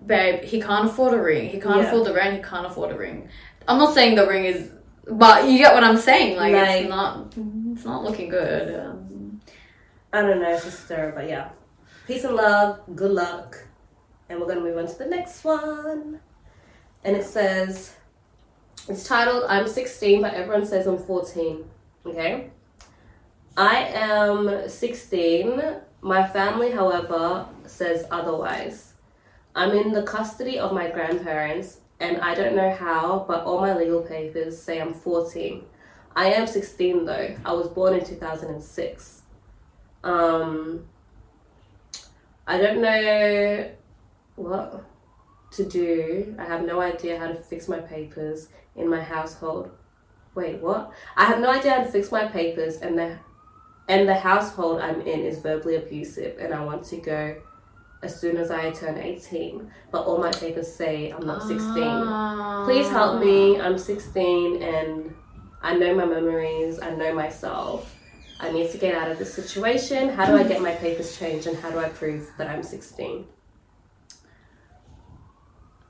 Speaker 2: Babe, he can't afford a ring. He can't
Speaker 1: Yeah.
Speaker 2: afford the rent. He can't afford a ring. I'm not saying the ring is, but you get what I'm saying. Like,
Speaker 1: Like-
Speaker 2: it's not, it's not looking good. Um,
Speaker 1: I don't know, sister, but yeah. Peace and love, good luck. And we're gonna move on to the next one. And it says it's titled I'm 16, but everyone says I'm 14. Okay? I am 16. My family, however, says otherwise. I'm in the custody of my grandparents, and I don't know how, but all my legal papers say I'm 14. I am 16 though. I was born in 2006. Um, I don't know what to do. I have no idea how to fix my papers in my household. Wait, what? I have no idea how to fix my papers, and the and the household I'm in is verbally abusive, and I want to go as soon as I turn 18. But all my papers say I'm not
Speaker 2: Ah.
Speaker 1: 16 Ah. please help me i'm 16 and i know my memories i know myself i need to get out of this situation how do i get my papers changed and how do i prove that i'm 16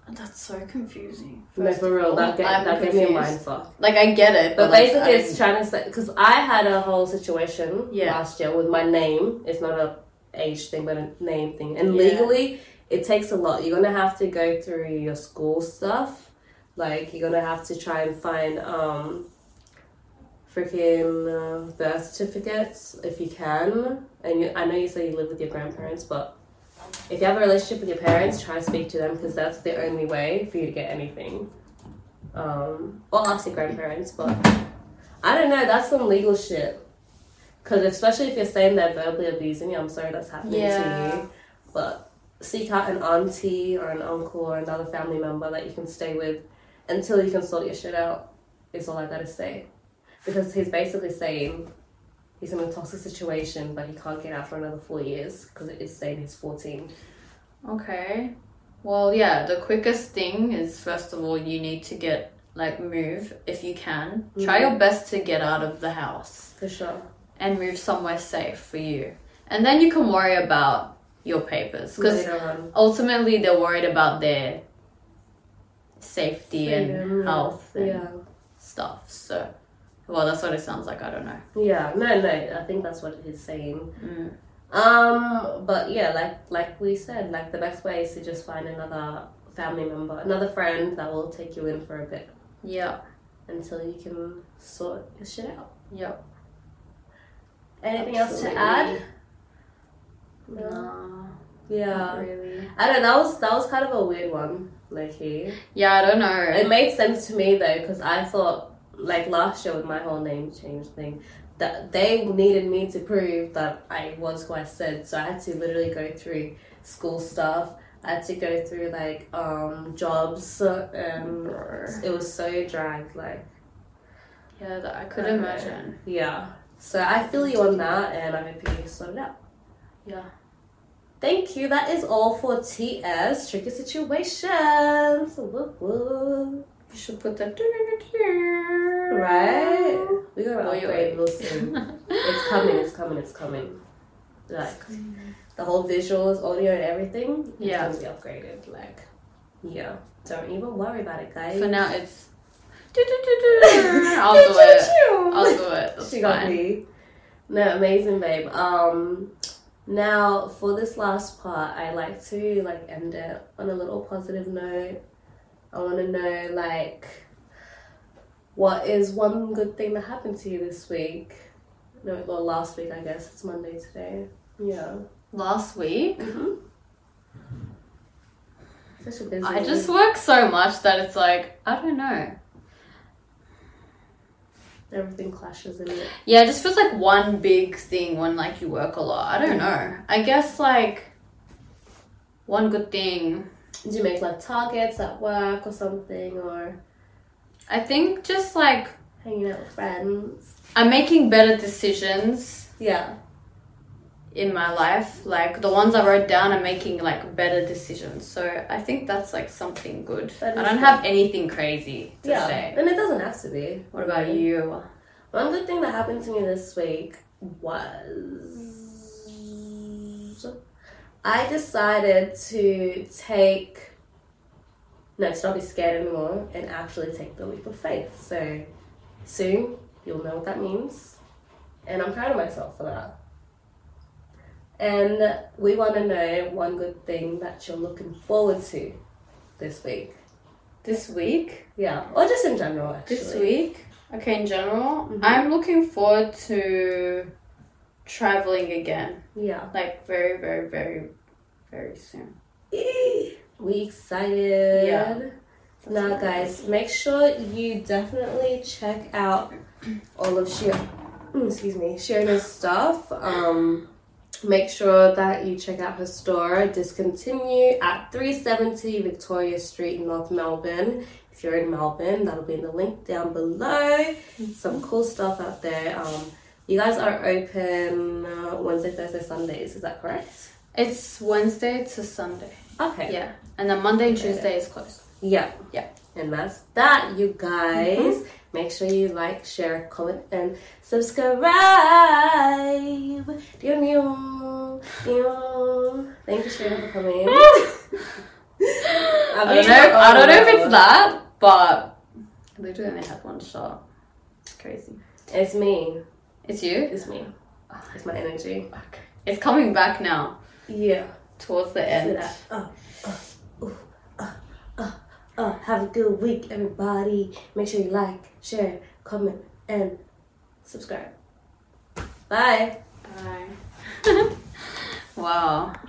Speaker 2: That's so confusing.
Speaker 1: no
Speaker 2: First
Speaker 1: for real
Speaker 2: of all,
Speaker 1: that, get,
Speaker 2: I'm
Speaker 1: that gave me a
Speaker 2: confused.
Speaker 1: mind fuck
Speaker 2: Like, I get it,
Speaker 1: but
Speaker 2: but, like,
Speaker 1: basically it's
Speaker 2: I'm-
Speaker 1: trying to say because i had a whole situation
Speaker 2: Yeah.
Speaker 1: last year with my name it's not a age thing but a name thing and
Speaker 2: Yeah.
Speaker 1: legally it takes a lot you're gonna have to go through your school stuff like you're gonna have to try and find um freaking uh, birth certificates if you can and you, i know you say you live with your grandparents but if you have a relationship with your parents try and speak to them because that's the only way for you to get anything um or ask your grandparents but i don't know that's some legal shit because especially if you're saying they're verbally abusing you i'm sorry that's happening
Speaker 2: Yeah.
Speaker 1: to you but seek out an auntie or an uncle or another family member that you can stay with until you can sort your shit out is all i gotta say because he's basically saying he's in a toxic situation but he can't get out for another four years because it is saying he's 14
Speaker 2: Okay. Well, yeah, the quickest thing is first of all, you need to get, like, move if you can. Try
Speaker 1: Mhm.
Speaker 2: your best to get out of the house.
Speaker 1: for sure
Speaker 2: and move somewhere safe for you. And then you can worry about your papers because
Speaker 1: later on
Speaker 2: ultimately they're worried about their safety
Speaker 1: Freedom,
Speaker 2: and health and
Speaker 1: yeah
Speaker 2: stuff. So, well, that's what it sounds like. I don't know.
Speaker 1: yeah no no i think that's what he's saying
Speaker 2: Mm.
Speaker 1: um but yeah like like we said like the best way is to just find another family member another friend that will take you in for a bit
Speaker 2: Yeah,
Speaker 1: until you can sort your shit out.
Speaker 2: yeah.
Speaker 1: Anything else to add?
Speaker 2: No, not
Speaker 1: Yeah.
Speaker 2: really.
Speaker 1: I don't know. That was that was kind of a weird one, like he.
Speaker 2: Yeah, I don't know.
Speaker 1: It made sense to me though, because I thought like last year with my whole name change thing, that they needed me to prove that I was who I said. So I had to literally go through school stuff. I had to go through like um jobs and
Speaker 2: Brr.
Speaker 1: it was so dragged. Like
Speaker 2: yeah, that I could
Speaker 1: Okay.
Speaker 2: imagine.
Speaker 1: yeah. So I feel you on that, and I hope you sort it out.
Speaker 2: Yeah.
Speaker 1: Thank you. That is all for TS Tricky Situations. Whoop, whoop.
Speaker 2: You should put that.
Speaker 1: Right? We're gonna
Speaker 2: Boy,
Speaker 1: upgrade
Speaker 2: wait.
Speaker 1: real
Speaker 2: <laughs>
Speaker 1: soon. It's coming, it's coming, it's coming. Like the whole visuals, audio, and everything. It's
Speaker 2: Yeah.
Speaker 1: gonna be upgraded. Like, yeah. Don't even worry about it, guys.
Speaker 2: For
Speaker 1: <laughs>
Speaker 2: now, it's. I'll do it. I'll do it. That's
Speaker 1: <laughs> she got
Speaker 2: fine.
Speaker 1: me. No, amazing, babe. Um, now for this last part, I like to like end it on a little positive note. I want to know like, what is one good thing that happened to you this week? No, well, last week I guess it's Monday today. Yeah,
Speaker 2: Last week,
Speaker 1: such a busy.
Speaker 2: I just
Speaker 1: week.
Speaker 2: work so much that it's like I don't know.
Speaker 1: everything clashes in it.
Speaker 2: Yeah, it just feels like one big thing when like you work a lot. I don't know. I guess like one good thing.
Speaker 1: Did you make like targets at work or something, or
Speaker 2: I think just like
Speaker 1: hanging out with friends?
Speaker 2: I'm making better decisions
Speaker 1: Yeah,
Speaker 2: in my life. Like the ones I wrote down are making like better decisions. So I think that's like something good. I
Speaker 1: That is
Speaker 2: don't have anything crazy to
Speaker 1: yeah,
Speaker 2: say.
Speaker 1: and it doesn't have to be.
Speaker 2: What about you?
Speaker 1: One good thing that happened to me this week was I decided to take no, to not be scared anymore and actually take the leap of faith. So soon you'll know what that means. And I'm proud of myself for that. And we want to know one good thing that you're looking forward to this week.
Speaker 2: This week?
Speaker 1: Yeah, or just in general, actually. Mm-hmm.
Speaker 2: This week? Okay, in general, I'm looking forward to traveling again.
Speaker 1: Yeah.
Speaker 2: Like very, very, very, very soon.
Speaker 1: We excited.
Speaker 2: Yeah. That's
Speaker 1: Now,
Speaker 2: what I'm
Speaker 1: guys, make sure you definitely check out all of Shio- mm, excuse me, Shiona's stuff. Um, make sure that you check out her store, Discontinue, at 370 Victoria Street, North Melbourne. If you're in Melbourne, that'll be in the link down below. Some cool stuff out there. Um, you guys are open uh, Wednesday, Thursday, Sundays. Is that correct?
Speaker 2: It's Wednesday to Sunday.
Speaker 1: Okay.
Speaker 2: Yeah. And then Monday and Tuesday
Speaker 1: <gasps>
Speaker 2: is closed.
Speaker 1: Yeah. Mm-hmm.
Speaker 2: Yeah.
Speaker 1: And that's that, you guys. Make sure you like, share, comment, and subscribe. Dear Neil. Neil. Thank you, Sharon, for <laughs> coming.
Speaker 2: I don't know. I don't know if
Speaker 1: oh.
Speaker 2: it's that, but they do only have one shot. It's crazy.
Speaker 1: It's me.
Speaker 2: It's you.
Speaker 1: It's me. It's my energy.
Speaker 2: It's coming back now
Speaker 1: Yeah.
Speaker 2: towards the
Speaker 1: Do
Speaker 2: end.
Speaker 1: that. Uh, uh, ooh, uh, uh, uh. Have a good week, everybody. Make sure you like, share, comment, and subscribe. Bye.
Speaker 2: Bye. <laughs> wow.